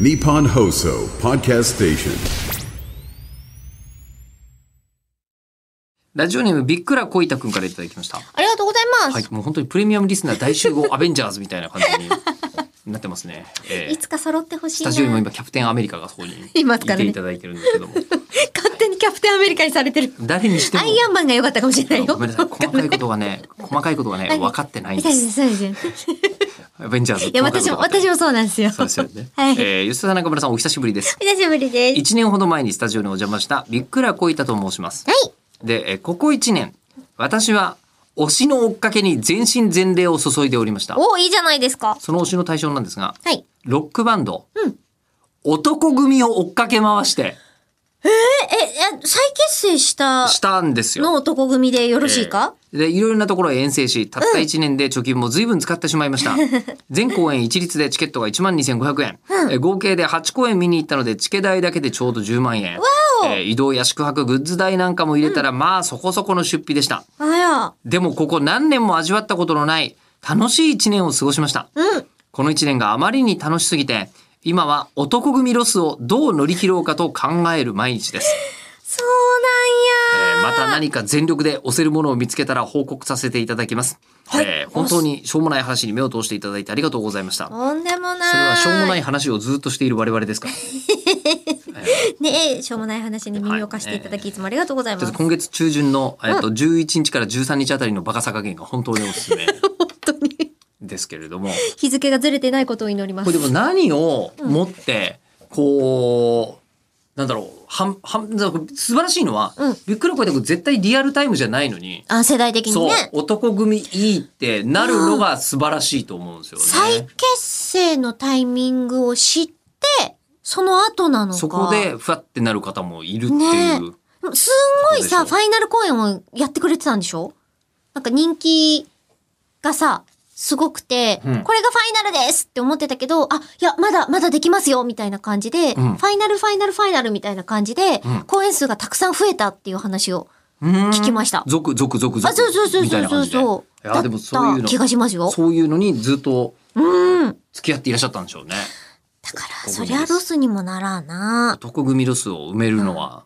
Nippon Hoso Podcast Station. ラジオネームびっくらこいたくんからいただきました。ありがとうございます。はい、もう本当にプレミアムリスナー大集合アベンジャーズみたいな感じに なってますね。ええいつか揃ってほしスいな。タジオにも今キャプテンアメリカがそこにいますいからてねいただいてるんですけども、 勝手にキャプテンアメリカにされてる。誰にしてもアイアンマンが良かったかもしれないよ。ごめんなさい細かいことがね細かいことがね分かってないん痛で。いですすそうですよねアベンジャーズいや、私も、私ももそうなんですよ。そうですよね。はいえー吉田さん中村さんお久しぶりです。お久しぶりです。一年ほど前にスタジオにお邪魔したびっくらこいたと申します。はい。で、えーここ一年私は推しの追っかけに全身全霊を注いでおりました。おいいじゃないですか。その推しの対象なんですが、はい。ロックバンド、うん男組を追っかけ回してえ、え、え再結成したしたんですよ。の男組でよろしいか、えーでいろいろなところへ遠征したった1年で貯金も随分使ってしまいま した、全公演一律でチケットが1万2500円、えー合計で8公演見に行ったのでチケ代だけでちょうど10万円おえー移動や宿泊グッズ代なんかも入れたら、まあそこそこの出費でしたあら。でもここ何年も味わったことのない楽しい1年を過ごしました、うん。この1年があまりに楽しすぎて今は男組ロスをどう乗り切ろうかと考える毎日です、そえうなんや。ーまた何か全力で押せるものを見つけたら報告させていただきます、はいえー本当にしょうもない話に目を通していただいてありがとうございましたそとんでもない。。れはしょうもないい話をずっとしている我々ですからねえ、しょうもない話に耳を貸していただき、いつもありがとうございまちょっす。と今月中旬の、えっと11日から13日あたりのバカさ加減が本当におすすめ本当に。ですけれども日付がずれてないことを祈りまこす。れでも何を持ってこうなんだろうはんはん素晴らしいのは、うんびっくりこいたくん絶対リアルタイムじゃないのに、あ、世代的にそうね。男組いいってなるのが素晴らしいと思うんですよ再ね。結成のタイミングを知って、その後なのか。そこでふわってなる方もいるっていう、でもすんごいそうさ、でしファイナル公演をやってくれてたんでしょなんか人気がさ、すごくて、うんこれがファイナルですって思ってたけど、あ、いや、まだ、まだできますよみたいな感じで、うんファイナル、ファイナル、ファイナルみたいな感じで、うん公演数がたくさん増えたっていう話を聞聞きました。続々続々あ、そうそうそうみたいそうな感そうじでそう。いやでもそういうだった気がのしますよ。そういうのにずっとうん。付き合っていらっしゃったんでしょうね。だから、そりゃロスにもならんな。男組ロスを埋めるのは、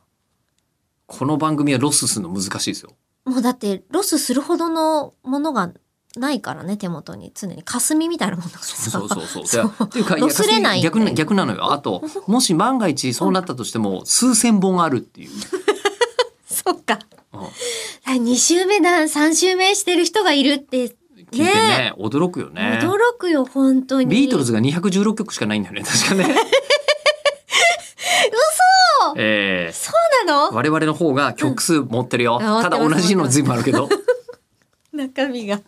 この番組はロスするの難しいですよ。もうだって、ロスするほどのものがないからね、手元に。常に霞みたいなものがさそうそう そう。そうでっていうか、いやロスれない逆な逆なのよ。あ と、もし万が一そうなったとしても、数千本あるっていう。そっか。うん2週目だ、3週目してる人がいるって、聞いてね、驚くよね。驚くよ、本当に。ビートルズが216曲しかないんだよね、確か ね。嘘ええそうなの 我々の方が曲数持ってるよ。うんあただ持って同ますじの随分あるけど。中身が。